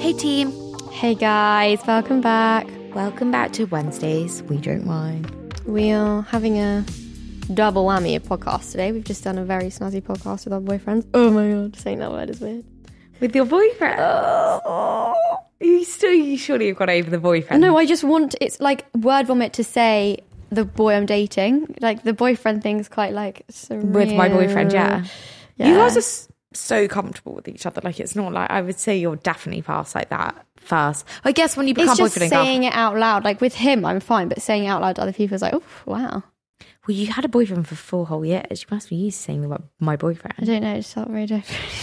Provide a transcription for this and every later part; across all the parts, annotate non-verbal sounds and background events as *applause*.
Hey team, Hey guys, welcome back. welcome back to Wednesdays. We don't mind. We are having a double whammy of podcasts today. We've just done a very snazzy podcast with our boyfriends. Oh my god, saying that word is weird. With your boyfriend. Oh, you still, you surely you've got over the I boyfriend. know, I just want it's like word vomit to say the boy I'm dating. Like the boyfriend thing's quite like surreal. with my boyfriend, yeah. Yeah. You guys are s- so comfortable with each other. Like it's not like I would say you're definitely past like that fast. I guess when you become it's just boyfriend and girlfriend. saying it out loud. Like with him, I'm fine, but saying it out loud to other people is like, oh wow. Well, you had a boyfriend for four whole years. You must be used to saying the word my I boyfriend. don't know, I just felt very *laughs* different.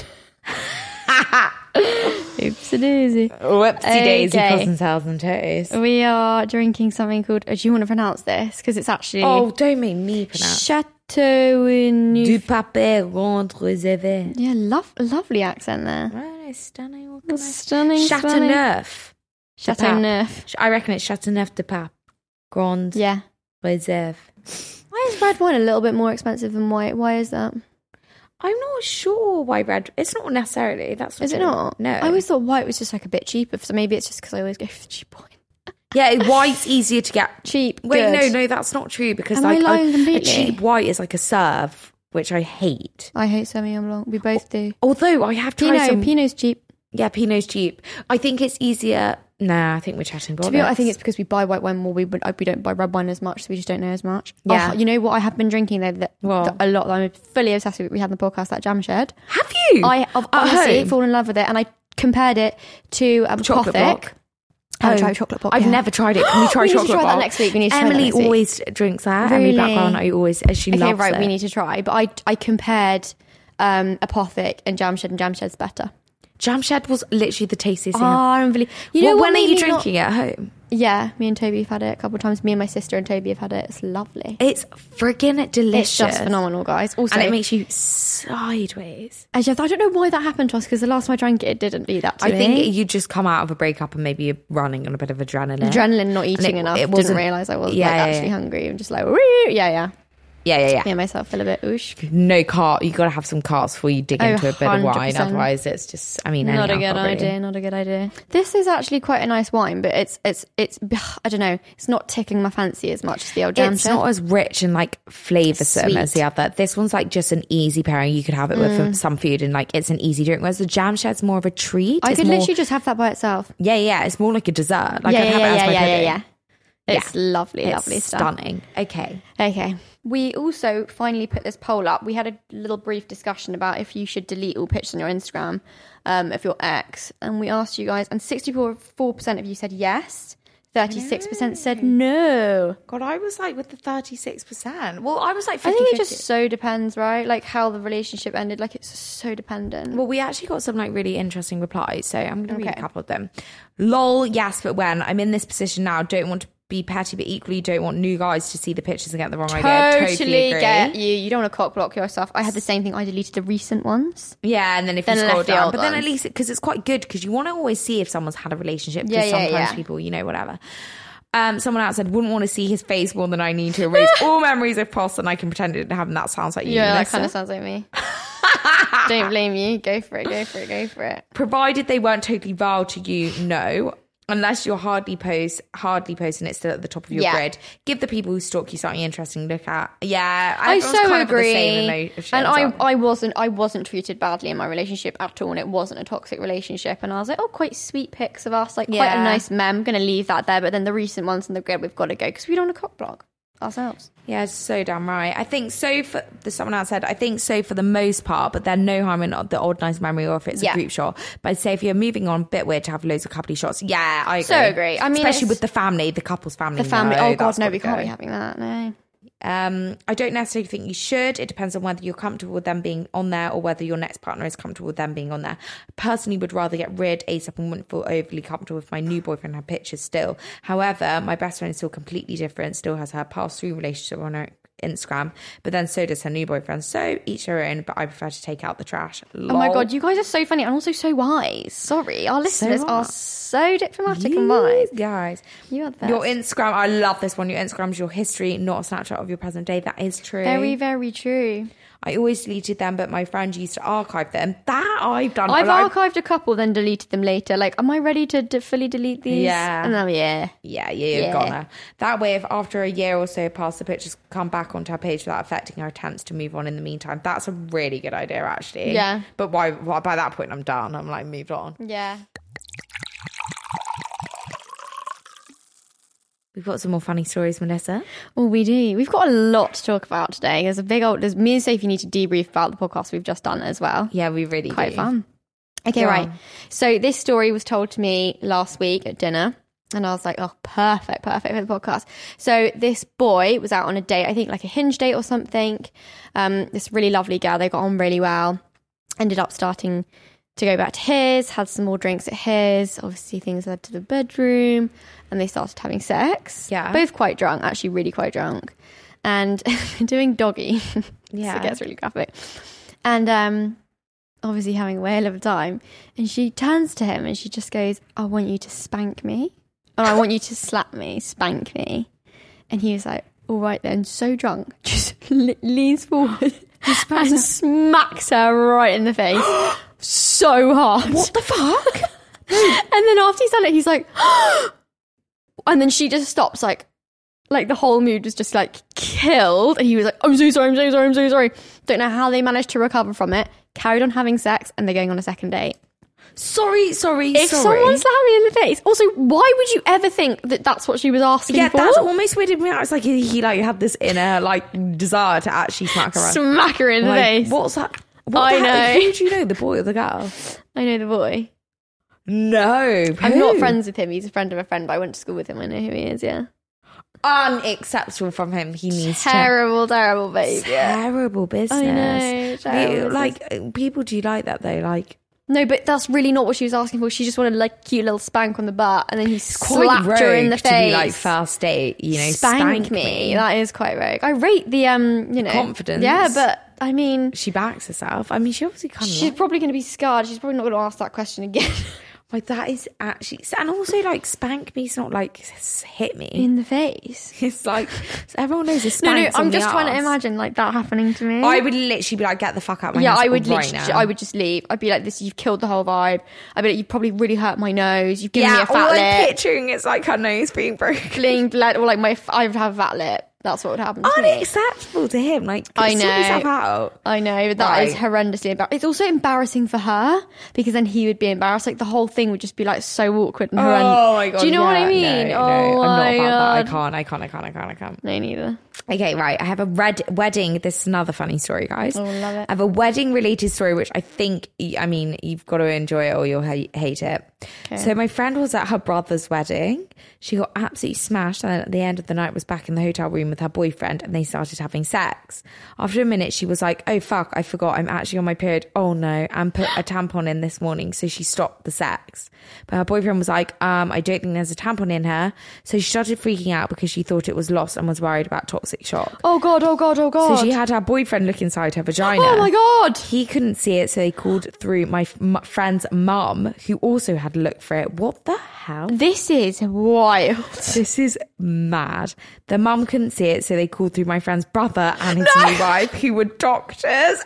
Oopsie daisy. Whoopsie daisy, Okay. cousins, tails and toes. We are drinking something called. uh, Do you want to pronounce this? Because it's actually Oh, don't make me pronounce. Chateau Du papier rendre zévé. Yeah, love, lovely accent there. Right, stunning. What can I That's say? stunning. stunning. Chateauneuf. Chateauneuf. I reckon it's Chateauneuf de Pape. Grand Yeah. Reserve. Why is red wine a little bit more expensive than white? Why is that? I'm not sure why red. It's not necessarily. That's what Is it not? No. I always thought white was just like a bit cheaper. So maybe it's just because I always go for the cheap wine. Yeah, white's easier to get. Cheap. *laughs* Wait, good. no, no, that's not true because Am I like a- lying a completely? cheap white is like a serve, which I hate. I hate Sauvignon Blanc. We both do. Although I have tried Pinot. Oh, some. Pinot's cheap. Yeah, Pinot's cheap. I think it's easier. Nah, I think we're chatting bollocks. To be honest, I think it's because we buy white wine more. We would, we don't buy red wine as much, so we just don't know as much. Yeah. Oh, you know what I have been drinking though that, What? that a lot that I'm fully obsessed with. We had in the podcast that jam shed. Have you? I have At honestly home? fallen in love with it, and I compared it to um, Chocolate Pothic. block. Haven't Oh, tried chocolate block I've yet. never tried it. Can *gasps* we try We need to chocolate try that block? next week. We need to try that Emily next week. always drinks that. Emily Really? Blackburn, I always. uh, She Okay, loves right, it. we need to try. But I I compared um, Apothic and Jamshed, and Jamshed's better. Jamshed was literally the tastiest thing. Ah, I've- unbelievable. You well, know what when are made you me not- drinking it at home? Yeah, me and Toby have had it a couple of times. Me and my sister and Toby have had it. It's lovely. It's friggin' delicious. It's just phenomenal, guys. Also, and it makes you sideways. I just- I don't know why that happened to us because the last time I drank it, it didn't do that to I me. think you just come out of a breakup and maybe you're running on a bit of adrenaline. adrenaline, not And eating it- enough. it didn't wasn't- realize I was Yeah, like yeah, actually yeah. hungry. I'm just like, "Woo." yeah, yeah. Yeah, yeah, yeah. Made myself feel a bit oosh. No cart. You got to have some carts before you dig Oh, into a bit of wine. 100%. Otherwise, it's just. I mean, not any a good alcohol, really. idea. Not a good idea. This is actually quite a nice wine, but it's it's it's *sighs* I don't know. It's not tickling my fancy as much as the old jam It's shed. not as rich and like flavoursome as Sweet. Mm. the other. This one's like just an easy pairing. You could have it with some food and like it's an easy drink. Whereas the jam shed's more of a treat. I It's could more- literally just have that by itself. Yeah, yeah. It's more like a dessert. Like yeah, yeah, I'd have it yeah, as yeah, my yeah, pudding. yeah, yeah. It's lovely, It's lovely stuff. stunning. Okay. Okay. We also finally put this poll up. We had a little brief discussion about if you should delete all pictures on your Instagram um, of your ex. And we asked you guys, and 64% of you said yes, 36% said no. God, I was like with the thirty six percent. Well, I was like I fifty. think it just so depends, right? Like how the relationship ended. Like it's so dependent. Well, we actually got some like really interesting replies, so I'm gonna read a Okay. couple of them. Lol, yes, but when I'm in this position now, don't want to be petty, but equally don't want new guys to see the pictures and get the wrong idea. Totally agree. get you. You don't want to cock block yourself. I had the same thing. I deleted the recent ones. Yeah, and then if Then you left scroll the down, old but then at ones. least because it's quite good because you want to always see if someone's had a relationship. Yeah, Because yeah, sometimes yeah. people, you know, whatever. Um, someone out said wouldn't want to see his face more than I need to *laughs* erase all memories if possible, and I can pretend it didn't happen. That sounds like you. Yeah, that Melissa. kind of sounds like *laughs* me. don't blame you. Go for it. Go for it. Go for it. provided they weren't totally vile to you, no. Unless you're hardly post, hardly posting it still at the top of your Yeah. grid. Give the people who stalk you something interesting to look at. Yeah, I everyone's so kind of the agree. same in those shows, and I, aren't they? I wasn't I wasn't treated badly in my relationship at all and it wasn't a toxic relationship and I was like, Oh, quite sweet pics of us, like quite Yeah. a nice mem, I'm gonna leave that there, but then the recent ones in the grid we've gotta go because we don't want to cock block ourselves. Yeah, it's so damn right. I think so for there's someone else said, I think so for the most part, but then no harm in the odd nice memory or if it's a Yeah. group shot. But I'd say if you're moving on, bit weird to have loads of couple shots. Yeah, I agree. So agree. I mean, especially it's- with the family, the couple's family. The family no, Oh god, that's no, gotta we can't go. be having that, no. Um, I don't necessarily think you should. It depends on whether you're comfortable with them being on there or whether your next partner is comfortable with them being on there. Personally, would rather get rid ASAP and wouldn't feel overly comfortable if my new boyfriend had pictures still. However, my best friend is still completely different, still has her past through relationship on her Instagram, but then so does her new boyfriend. So each their own, but I prefer to take out the trash. Oh my Lol. god, you guys are so funny and also so wise. Sorry, our listeners are what? so diplomatic You and wise. guys. You are the Your best. Instagram, I love this one. Your Instagram's your history, not a snapshot of your present day. That is true. Very, very true. I always deleted them, but my friend used to archive them. That I've done. I've Like, archived a couple, then deleted them later. Like, am I ready to d- fully delete these? Yeah. And then, yeah. Yeah, yeah, you've Yeah. got her. That way, if after a year or so past, the pictures come back onto our page without affecting our attempts to move on in the meantime. That's a really good idea, actually. Yeah. But why, why by that point, I'm done. I'm like, moved on. Yeah. We've got some more funny stories, Melissa. Well, we do. We've got a lot to talk about today. There's a big old. There's me and Sophie need to debrief about the podcast we've just done as well. Yeah, we really Quite do. fun. Okay, Go right. on. So this story was told to me last week at dinner, and I was like, "Oh, perfect, perfect for the podcast." So this boy was out on a date. I think like a hinge date or something. Um, this really lovely girl. They got on really well. Ended up starting to go back to his. Had some more drinks at his. Obviously, things led to the bedroom, and they started having sex. Yeah. both quite drunk. Actually, really quite drunk, and *laughs* doing doggy. *laughs* Yeah. so it gets really graphic. And um, obviously having a whale of a time. And she turns to him and she just goes, I want you to spank me. Or I want you to slap me, spank me. And he was like, All right then, so drunk, *laughs* just le- leans forward and smacks her right in the *gasps* face so hard. What the fuck? *laughs* And then after he's done it, he's like, *gasps* and then she just stops, like, like the whole mood was just like killed. And he was like, I'm so sorry, I'm so sorry, I'm so sorry. Don't know how they managed to recover from it. Carried on having sex, and they're going on a second date. sorry, sorry, If sorry. someone slapped me in the face, also, why would you ever think that that's what she was asking yeah, for? that's almost weirded me out. It's like he, he like had this inner like desire to actually smack her. up. Smack her in the Like, face. What's that? What I the heck- know. Who do you know, the boy or the girl? I know the boy. No, I'm not who? friends with him. He's a friend of a friend, but I went to school with him. I know who he is. Yeah. Unacceptable from him. He needs to. Terrible, terrible behavior. Terrible business. terrible You- business. Like uh, people do like that though. Like No, but that's really not what she was asking for. She just wanted like a cute little spank on the butt, and then he quite slapped her in the rogue to be face. like first date. You know, spank, me. That is quite rogue. I rate the um, you know, confidence. Yeah, but I mean, she backs herself. I mean, she obviously kind she's of. probably going to be scarred. She's probably not going to ask that question again *laughs* Like that is actually, and also like spank me is not like s- hit me. in the face. *laughs* It's like everyone knows a No, spank. no, I'm just trying to imagine like that happening to me. I would literally be like, get the fuck out. Of my yeah, house I would right literally, now. I would just leave. I'd be like, "This, you've killed the whole vibe." I'd be like, "You probably really hurt my nose. You've given me a all fat I'm lip, picturing is like her nose being broken. bling, blood, or like my, f- I would have a fat lip." That's what would happen. To me. Unacceptable to him. Like, I sort know. yourself out. I know, but that is Right. horrendously embarrassing. It's also embarrassing for her because then he would be embarrassed. Like the whole thing would just be like so awkward and Oh horrendous. Do you know what I mean? No, oh no, my I'm not about god. that. I can't. I can't. I can't. I can't. I can't. No, neither. Okay, right. I have a red wedding. This is another funny story, guys. Oh, love it. I have a wedding related story, which I think, I mean, you've got to enjoy it or you'll ha- hate it. So, my friend was at her brother's wedding. She got absolutely smashed, and at the end of the night, was back in the hotel room with her boyfriend, and they started having sex. After a minute, she was like, "Oh fuck, I forgot. I'm actually on my period. Oh no!" And put a tampon in this morning, so she stopped the sex. But her boyfriend was like, um, I don't think there's a tampon in her. So she started freaking out because she thought it was lost and was worried about toxic shock. Oh god, oh god, oh god. So she had her boyfriend look inside her vagina. Oh my God. He couldn't see it, so he called through my f- m- friend's mum, who also had looked for it. What the hell? this is wild. This is mad. The mum couldn't see it, so they called through my friend's brother and his new wife, who were doctors.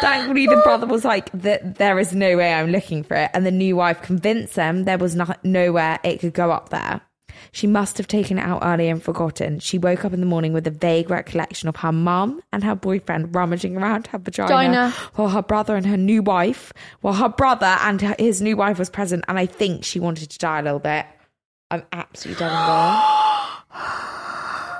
Thankfully, the brother was like, "That there is no way I'm looking for it," and the new wife convinced them there was not, nowhere it could go up there. She must have taken it out early and forgotten. She woke up in the morning with a vague recollection of her mum and her boyfriend rummaging around her vagina Vagina. while her brother and her new wife, while her brother and her, his new wife was present. And I think she wanted to die a little bit. I'm absolutely done with her.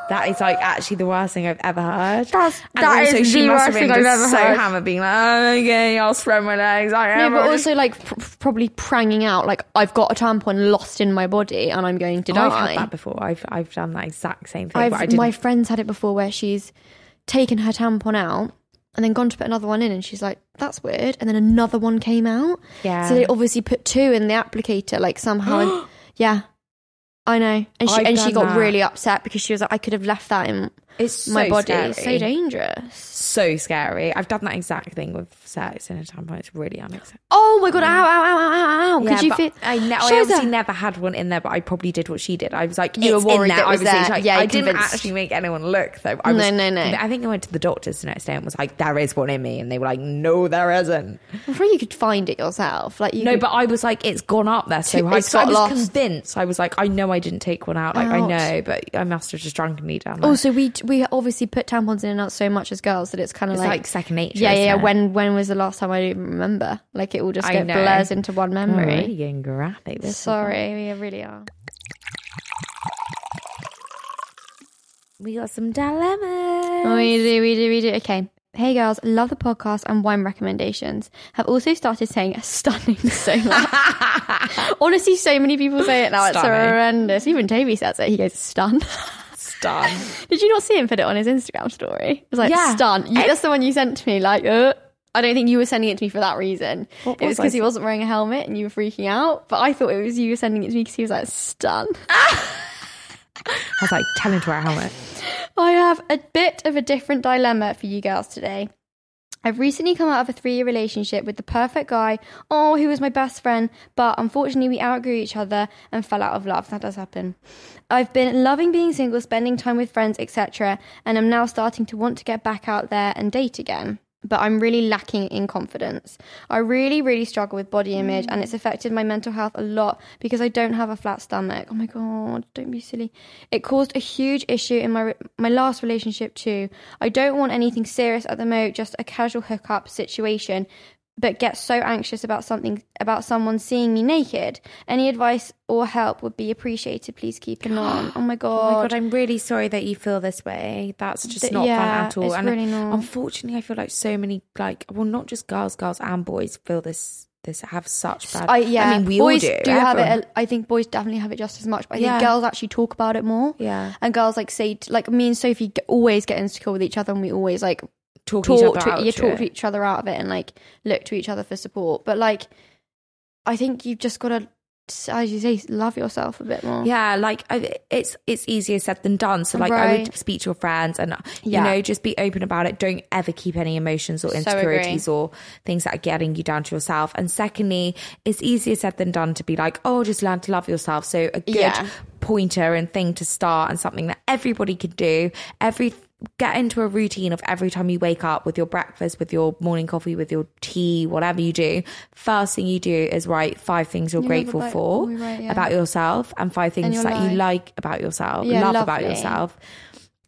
That is like actually the worst thing I've ever heard. That's- and that also is she the must have worst thing been I've just ever so heard. hammered, being like, "I'm okay, I'll spread my legs." I No, am. but already-" also like pr- pr- probably pranging out like I've got a tampon lost in my body and I'm going to die. *laughs* Oh, I've had that before. I've I've done that exact same thing. I've- but I didn't. my friend's had it before where she's taken her tampon out and then gone to put another one in and she's like, that's weird. And then another one came out. Yeah. So they obviously put two in the applicator, like somehow. *gasps* and, yeah. I know. And she, I've and she done got that. really upset because she was like, I could have left that in it's so my body. Scary. It's so dangerous. so scary. I've done that exact thing with sex in a tampon. It's really unacceptable. Oh my God. Ow, ow, ow, ow, ow, ow. Could you Mm. but feel. I, ne- I Shows obviously her. never had one in there, but I probably did what she did. I was like, You were it's in worried there. that it I was was there. like, Yeah, I you didn't convinced- actually make anyone look though. I No, was, no, no. I think I went to the doctors the next day and was like, there is one in me, and they were like, no, there isn't. I'm sure you could find it yourself. Like you No, could- but I was like, it's gone up there so Two- high. it's So I got was lost. convinced. I was like, I know I didn't take one out. Like I Ouch. know, but I must have just drunkenly done. it. Also, Oh, we we obviously put tampons in and out so much as girls that it's kind of It's like second nature, Yeah, yeah. yeah. isn't it? When when was the last time I don't even remember? Like it all just I get know. blurs into one We're memory. really getting graphic. This is- Sorry, we really are. we got some dilemmas. Oh, We do, we do, we do. Okay. Hey girls, love the podcast and wine recommendations. Have also started saying *laughs* stunning so *laughs* much. Honestly, so many people say it now. Stunning. It's horrendous. Even Toby says it. He goes stun. *laughs* Done. Did you not see him put it on his Instagram story? It was like Yeah. stun. You, that's the one you sent to me. Like, uh, I don't think you were sending it to me for that reason. What it was was I because he sen- wasn't wearing a helmet and you were freaking out. But I thought it was you sending it to me because he was like stun. I was like, tell him to wear a helmet. I have a bit of a different dilemma for you girls today. I've recently come out of a three year relationship with the perfect guy, oh, who was my best friend, but unfortunately we outgrew each other and fell out of love. That does happen. I've been loving being single, spending time with friends, etc., and I'm now starting to want to get back out there and date again. But I'm really lacking in confidence. I really, really struggle with body image, and it's affected my mental health a lot because I don't have a flat stomach. Oh my god, don't be silly. It caused a huge issue in my re- my last relationship too. I don't want anything serious at the moment, just a casual hookup situation, but get so anxious about something about someone seeing me naked. Any advice or help would be appreciated. Please keep it on. *gasps* Oh my Oh my god. god, I'm really sorry that you feel this way. That's just Th- not yeah, fun at all. it's and really not. unfortunately, I feel like so many like well, not just girls, girls and boys feel this. This have such bad. I yeah. mean, we boys all do. have everyone. it. I think boys definitely have it just as much. But I Yeah. think girls actually talk about it more. Yeah. And girls like say t- like me and Sophie g- always get insecure with each other, and we always like talk, each talk other to, out yeah, to talk it. to each other out of it and like look to each other for support. But like, I think you've just got to, as you say, love yourself a bit more. Yeah, like I, it's it's easier said than done. So like I Right. would speak to your friends and Yeah. you know just be open about it. Don't ever keep any emotions or agree. insecurities or things that are getting you down to yourself. And secondly, it's easier said than done to be like, oh, just learn to love yourself. So a good Yeah. pointer and thing to start and something that everybody could do. Every get into a routine of every time you wake up with your breakfast, with your morning coffee, with your tea, whatever you do. First thing you do is write five things you're You remember, grateful like, for we write, Oh, yeah. about yourself and five things your that you life. like about yourself, Yeah, love about lovely. yourself.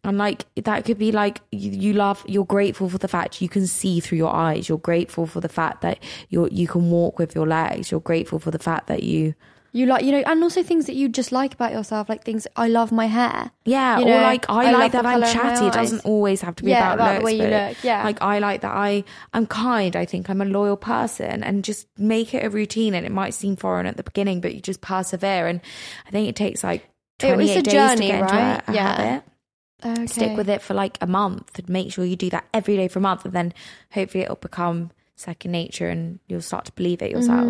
And like that could be like you, you love, you're grateful for the fact you can see through your eyes. You're grateful for the fact that you you can walk with your legs. You're grateful for the fact that you You like, you know, and also things that you just like about yourself, like things, I love my hair. yeah, You or know, like I, I love like the that I'm colour of my chatty. It eyes. doesn't always have to be Yeah, about, about the looks, way you but, look, yeah. like I like that I I'm kind. I think I'm a loyal person, and just make it a routine. And it might seem foreign at the beginning, but you just persevere. And I think it takes like It was 28 a days journey, to get right? into a, a Yeah. habit. Okay. stick with it for like a month and make sure you do that every day for a month and then hopefully it'll become second nature and you'll start to believe it yourself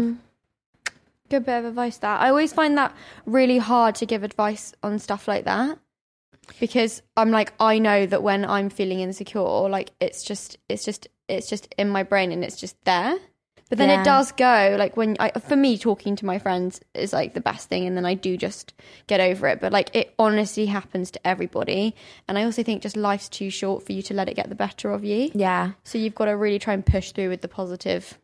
Good bit of advice that. I always find that really hard to give advice on stuff like that because I'm like I know that when I'm feeling insecure like it's just it's just it's just in my brain and it's just there. But then Yeah. it does go like when I, for me talking to my friends is like the best thing, and then I do just get over it. But like it honestly happens to everybody, and I also think just life's too short for you to let it get the better of you. Yeah. So you've got to really try and push through with the positive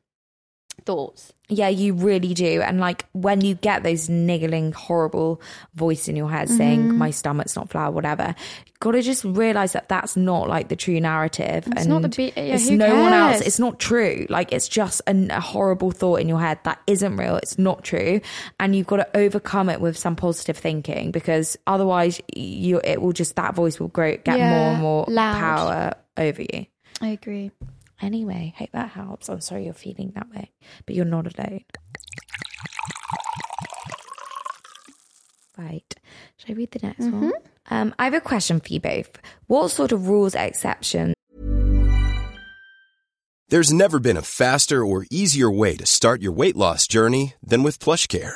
thoughts. Yeah, you really do. And like when you get those niggling, horrible voice in your head saying, Mm-hmm. my stomach's not flour, whatever, you've got to just realize that that's not like the true narrative. It's and not the be- yeah, it's who no one else. cares? It's not true. Like it's just an, a horrible thought in your head that isn't real. It's not true. And you've got to overcome it with some positive thinking because otherwise you, it will just, that voice will grow, get Yeah, more and more loud. power over you. I agree. Anyway, hope that helps. I'm sorry you're feeling that way, but you're not alone. Right. Should I read the next one? Um, I have a question for you both. What sort of rules exception There's never been a faster or easier way to start your weight loss journey than with PlushCare.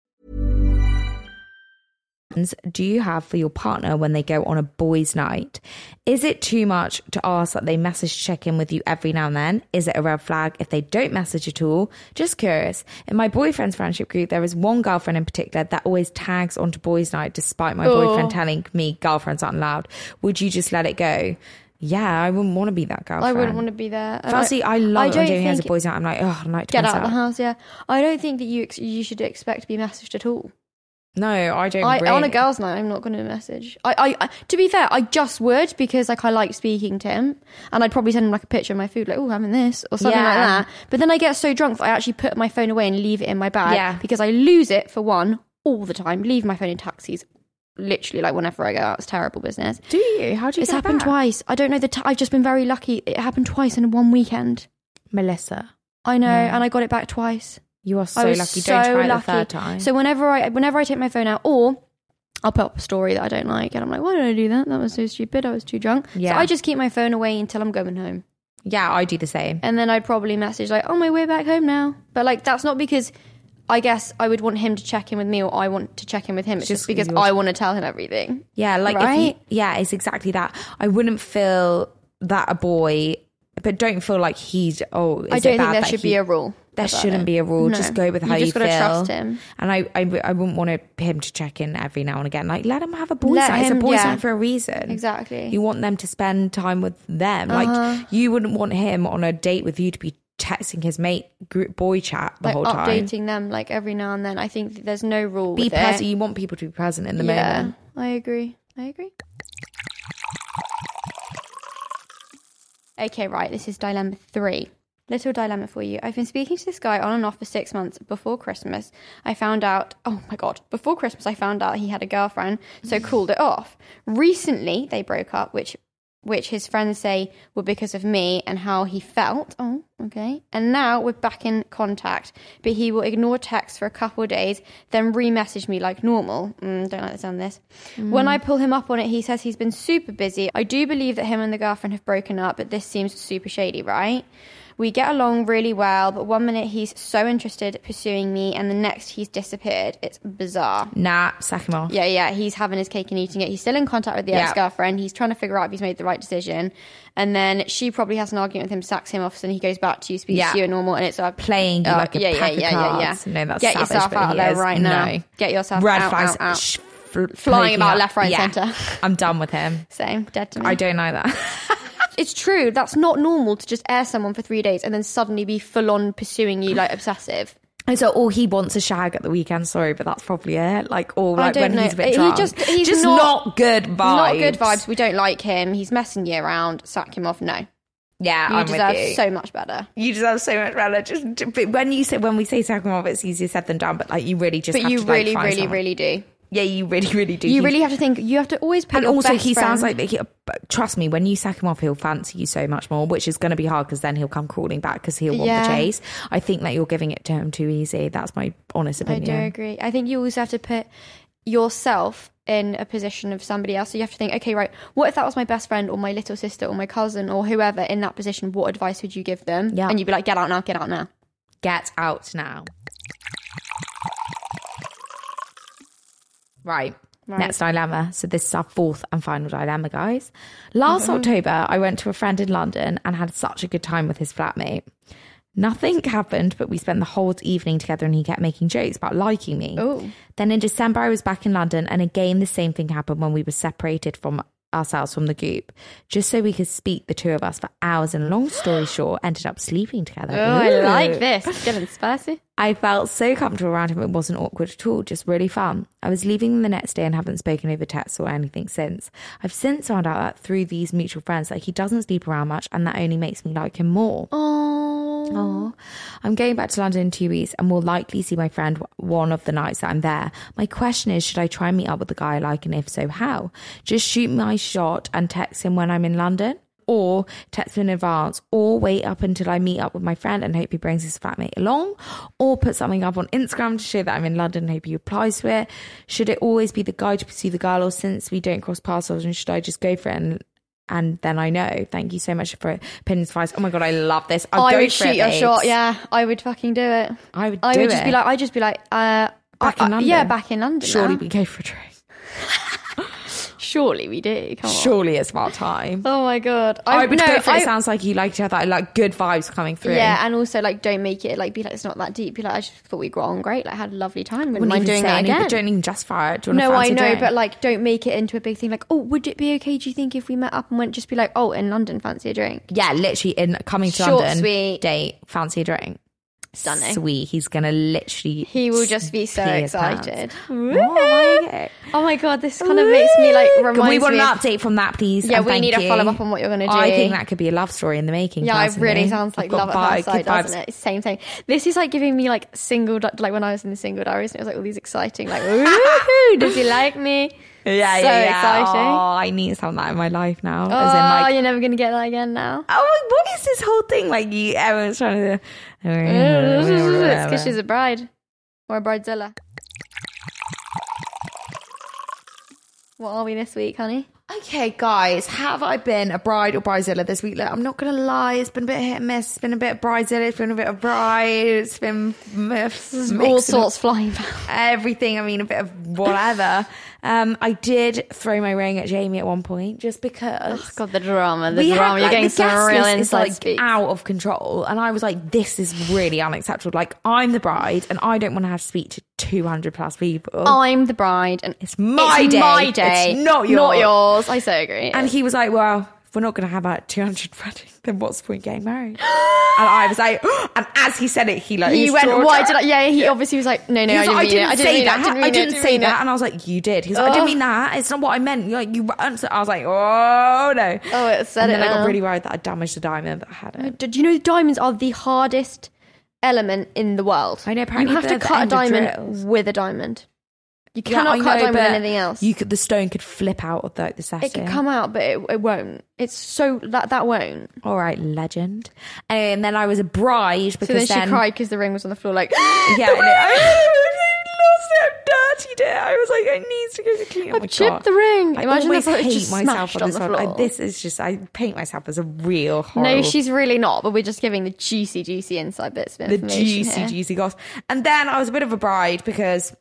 do you have for your partner when they go on a boys' night? Is it too much to ask that they message check in with you every now and then? Is it a red flag if they don't message at all? Just curious. In my boyfriend's friendship group, there is one girlfriend in particular that always tags onto boys' night despite my Oh. boyfriend telling me girlfriends aren't allowed. Would you just let it go? Yeah, I wouldn't want to be that girlfriend. I wouldn't want to be there. And Firstly, I love it when Jamie has a think- boys' night. I'm like, oh, I'd like to Get miss out of the house, yeah. I don't think that you ex- you should expect to be messaged at all. No, I don't. I, On a really. girls' night, I'm not going to message. I, I, I, to be fair, I just would because like I like speaking to him, and I'd probably send him like a picture of my food, like oh having this or something like Yeah. that. But then I get so drunk that I actually put my phone away and leave it in my bag Yeah. because I lose it for one all the time. Leave my phone in taxis, literally like whenever I go out. It's terrible business. Do you? How do you? it's get happened back? twice. I don't know the. T- I've just been very lucky. It happened twice in one weekend. Melissa. I know, and I got it back twice. You are so I was lucky. Don't so try it the lucky. third time. So whenever I whenever I take my phone out or I'll put up a story that I don't like and I'm like, why did I do that? That was so stupid. I was too drunk. Yeah. So I just keep my phone away until I'm going home. yeah, I do the same. And then I'd probably message like, on my way back home now. But like that's not because I guess I would want him to check in with me or I want to check in with him. It's Just just, because your- I want to tell him everything. Yeah, like if Right? you, yeah, it's exactly that. I wouldn't feel that a boy, but don't feel like he's oh. Is I it don't think bad there that should he- be a rule. There about shouldn't it. be a rule. No. Just go with You how you, just feel. gotta trust him. And I, I, I wouldn't want to, him to check in every now and again. Like let him have a boys' Let night. it's a him- boys' yeah. night for a reason. Exactly. Uh-huh. You want them to spend time with them. Like you wouldn't want him on a date with you to be texting his mate group boy chat the like whole time. updating them like every now and then. I think that there's no rule. Be with present. It. You want people to be present in the yeah, moment. I agree. I agree. Okay, right. This is dilemma three. Little dilemma for you. I've been speaking to this guy on and off for six months. Before Christmas, I found out. Oh my god! Before Christmas, I found out he had a girlfriend, so *laughs* called it off. Recently, they broke up, which which his friends say were because of me and how he felt. Oh, okay. And now we're back in contact, but he will ignore texts for a couple of days, then re-message me like normal. Mm, don't like the sound of this. When I pull him up on it, he says he's been super busy. I do believe that him and the girlfriend have broken up, but this seems super shady, right? We get along really well, but one minute he's so interested pursuing me, and the next he's disappeared. It's bizarre. Nah, sack him off. Yeah, yeah. He's having his cake and eating it. He's still in contact with the Yeah. ex girlfriend. He's trying to figure out if he's made the right decision. And then she probably has an argument with him, sacks him off, so then he goes back to you, speaks Yeah. to you, and normal. And it's Uh, like Playing you like a pack of cards. No, that's Get savage, yourself but out he there is. right now. No. Get yourself Red out, flags out, out. sh- fl- Flying about up. left, right, Yeah. centre. I'm done with *laughs* him. Same, dead to me. I don't like that. *laughs* It's true. That's not normal to just air someone for three days and then suddenly be full on pursuing you like obsessive. And so, all he wants a shag at the weekend. Sorry, but that's probably it. Like, or I like don't when know. he's a bit He drunk. just- he's Just not- good vibes. Not good vibes. We don't like him. He's messing you around. Sack him off. No, you Yeah, I'm deserve with you. so much better. you deserve so much better. Just but when you say when we say second off, it's easier said than done. But like, you really just But have you to, like, really, find really, someone. really do. yeah, you really, really do. You He- really have to think. You have to always put. And your also, best he sounds friend- like he, but trust me, when you sack him off, he'll fancy you so much more, which is going to be hard because then he'll come crawling back because he'll want the Yeah. chase. I think that you're giving it to him too easy. That's my honest I opinion. do agree. I think you also have to put yourself in a position of somebody else. So you have to think, okay, right, what if that was my best friend or my little sister or my cousin or whoever in that position? What advice would you give them? Yeah. And you'd be like, get out now, get out now. Get out now. Right. Next dilemma. So this is our fourth and final dilemma, guys. Last Mm-hmm. October, I went to a friend in London and had such a good time with his flatmate. Nothing happened, but we spent the whole evening together and he kept making jokes about liking me. Oh. Then in December, I was back in London, and again, the same thing happened when we were separated from ourselves from the group, just so we could speak, the two of us, for hours. And long story short, ended up sleeping together. Oh, I Ooh. like this. Good and spicy. I felt so comfortable around him. It wasn't awkward at all, just really fun. I was leaving the next day and haven't spoken over text or anything since. I've since found out that through these mutual friends that he doesn't sleep around much and that only makes me like him more. Oh. Oh, I'm going back to London in two weeks and will likely see my friend w- one of the nights that I'm there. My question is, should I try and meet up with the guy I like, and if so, how? Just shoot my shot and text him when I'm in London, or text him in advance, or wait up until I meet up with my friend and hope he brings his flatmate along, or put something up on Instagram to show that I'm in London and hope he replies to it. Should it always be the guy to pursue the girl, or since we don't cross paths often, should I just go for it and? And then I know. Thank you so much for opinions, advice. Oh my god, I love this. *laughs* I'll I go would for it, shoot your babes. shot. Yeah, I would fucking do it. I would I do would just it. be like, I'd just be like, uh, Back I- in I- London. Yeah, back in London. surely now. we go for a drink. surely we do. Come on. Surely it's about time. Oh my god. I would no, go for it. I- it. Sounds like you like each other. I like good vibes coming through. Yeah, and also like don't make it like be like it's not that deep. Be like I just thought we got on great. Like had a lovely time. Wouldn't Wouldn't mind even doing say that anything, again. but Don't even justify it. Do you want no, a I fancy know, drink? but like don't make it into a big thing. Like oh, would it be okay? Do you think if we met up and went, just be like oh, in London, fancy a drink? yeah, literally in coming to Short, London, sweet. date, fancy a drink. Stunning. Sweet. He's gonna literally. He will just be so pee his pants. excited. Oh, okay. Oh my god, this kind of makes me like Can reminds We want me. an of- update from that, please. Yeah, and we thank need a you. Oh, follow-up on what you're gonna I do. think that could be a love story in the making. Yeah, it personally. really sounds I've like got love at vi- first sight, good vibes. doesn't *laughs* it? It's Same thing. This is like giving me like single, di- like when I was in the single diaries, and it was like all these exciting, like, *laughs* woohoo, does he like me? Yeah, So yeah, yeah. exciting. Oh, I need some of that in my life now. Oh, As in, like, you're never gonna get that again *laughs* now. oh, what is this whole thing? Like, you, everyone's trying Oh. it's because to. she's a bride or a bridezilla. What are we this week, honey? *laughs* okay, guys, have I been a bride or bridezilla this week? Look, I'm not gonna lie, it's been a bit hit and miss. It's been a bit of bridezilla, it's been a bit of bride, it's been myths, All sorts flying back. *laughs* everything. I mean, a bit of whatever. um, I did throw my ring at Jamie at one point just because. Oh, God, the drama, the we drama. had, you're like, getting the guest some real list is, inside like, speak. out of control and i was like this is really unacceptable like i'm the bride and i don't want to have to speak to 200 plus people I'm the bride, and It's my day. Oh, My day, It's not Not yours. yours. I so agree. and he was like well if we're not going to have a 200 wedding then what's the point *gasps* getting married and i was like *gasps* and as he said it he like he his went, jaw "Why dropped. did I?" Yeah, he obviously was like, "No, no, He I was didn't, like, mean it. I didn't say mean it. that. I didn't mean it. say mean that. it." And I was like, you did. He was like, I didn't mean that. It's not what I meant. You're like, you. And so I was like, oh no. Oh, it said and it Then I now. got really worried that I damaged the diamond, but I had it. Did you know diamonds are the hardest element in the world? I know, you apparently have they're to the cut a end of diamond drills. with a diamond. You Yeah, cannot cut a I know, diamond with but anything else. You could, the stone could flip out of the, the setting. it could come out, but it, it won't. It's so that that won't. All right, legend. Anyway, and then I was a bride because So then she cried because the ring was on the floor. Like, *laughs* *gasps* Yeah, the and it- *laughs* I lost it. I dirtied it. I was like, I need to go to clean. Oh I've my chipped God. the ring. I Imagine always if I was hate just myself smashed on on this the one. I- floor. this is just. I paint myself as a real horrible. no, she's really not. But we're just giving the juicy, juicy inside bits of the information juicy, here. juicy goss. And then I was a bit of a bride because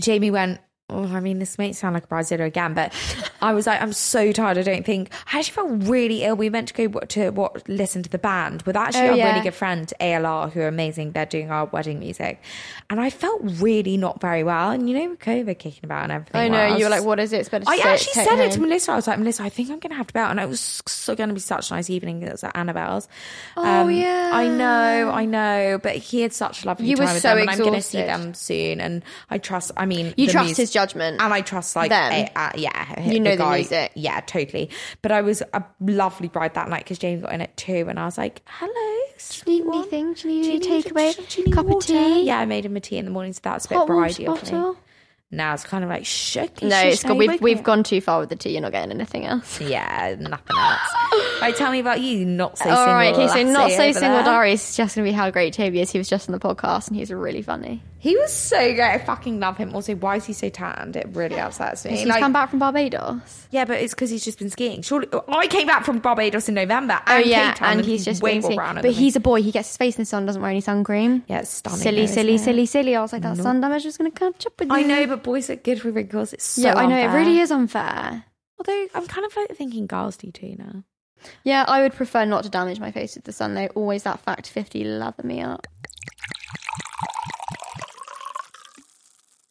Jamie went, Oh, I mean, this may sound like a bridezilla again, but I was like, I'm so tired. I don't think I actually felt really ill. We meant to go wa- to what listen to the band with actually Oh, our yeah. really good friend ALR, who are amazing. They're doing our wedding music, and I felt really not very well. And you know, with COVID kicking about and everything. I know. well, was you were like, just- "What is it?" It's better. To I say it, actually take said it to home. Melissa. I was like, Melissa, I think I'm going to have to bow. And it was so going to be such a nice evening. It was at Annabelle's. Oh, yeah. I know, I know. But he had such a lovely You were time with so them. And I'm going to see exhausted. them soon. And I trust, I mean, You the trust mus- his judgment. And I trust, like, Them. eh, uh, yeah. You know the guy. music. Yeah, totally. But I was a lovely bride that night because Jamie got in at two. And I was like, hello. Do you sweet need one. anything? Do you Do need you any need- takeaway? do you need Cup of water?" tea? Yeah, I made him a tea in the morning. So that's a bit Hot water bridey of me. bottle? Now it's kind of like shaky. No, shush, it's now got, you we've wake we've me up. gone too far with the tea. You're not getting anything else. Yeah, nothing else. right, tell me about you. Not so single. All right, okay. So lassie not so over single. there. Darius is just gonna be how great Toby is. He was just on the podcast and he's really funny. He was so great. I fucking love him. Also, why is he so tanned? It really upsets me. He's Like- come back from Barbados. Yeah, but it's because he's just been skiing. Surely I came back from Barbados in November. Oh and yeah, Cape Town, and he's just way been more seen- browner But than me. he's a boy. He gets his face in the sun. Doesn't wear any sun cream. yeah, it's stunning. silly, though, silly, isn't it? silly, silly. I was like, that sun damage is gonna catch up with you. I know, but boys are good with wrinkles. It's so yeah, I know. It unfair. really is unfair. Although I'm kind of like thinking girls do too now. Yeah, I would prefer not to damage my face with the sun though. Always that fact fifty lather me up.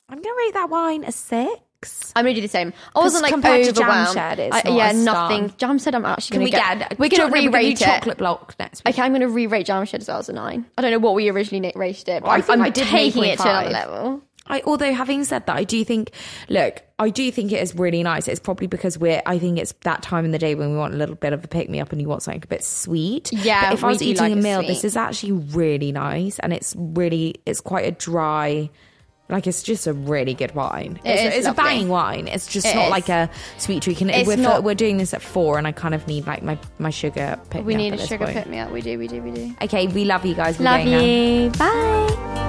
I'm gonna rate that wine a six. I'm gonna do the same. I 'Cause wasn't like compared to overwhelmed. Jamshed, it's I- not yeah, a star. nothing. Jam said I'm actually. Can gonna we get, get, a- We're gonna no, we're do re-rate it. chocolate block next week? Okay, I'm gonna re-rate Jam Shed as well as a nine. I don't know what we originally na- rated it, but I I'm, think I'm I did taking it to 8.5. another level. I, although having said that, I do think, look, I do think it is really nice. It's probably because we're, I think it's that time in the day when we want a little bit of a pick me up and you want something a bit sweet. Yeah, But if I we was do eating like a it meal, sweet. this is actually really nice and it's really, it's quite a dry. Like it's just a really good wine. it's is it's a lovely. banging wine. It's just It not is. like a sweet treat. And It's we're, not- we're doing this at four, and I kind of need like my my sugar. Pick We me need a up at this sugar point. pick me up. We do, we do, we do. Okay, we love you guys. We're Love going now. you. Bye.